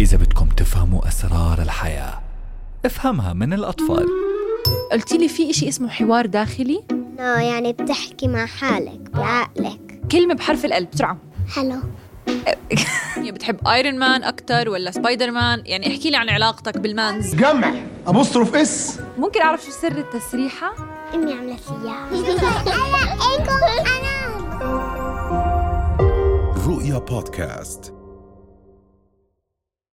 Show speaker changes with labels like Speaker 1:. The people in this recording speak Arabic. Speaker 1: إذا بدكم تفهموا أسرار الحياة افهمها من الأطفال
Speaker 2: قلتي لي في إشي اسمه حوار داخلي
Speaker 3: لا يعني بتحكي مع حالك بعقلك
Speaker 2: كلمة بحرف القلب بسرعة
Speaker 3: حلو
Speaker 4: يعني بتحب ايرون مان اكثر ولا سبايدر مان يعني احكي لي عن علاقتك بالمانز
Speaker 5: جمع ابوستروف اس
Speaker 2: ممكن أعرف شو سر التسريحة؟
Speaker 3: امي عملت لي اياها انا انا
Speaker 6: رؤيا بودكاست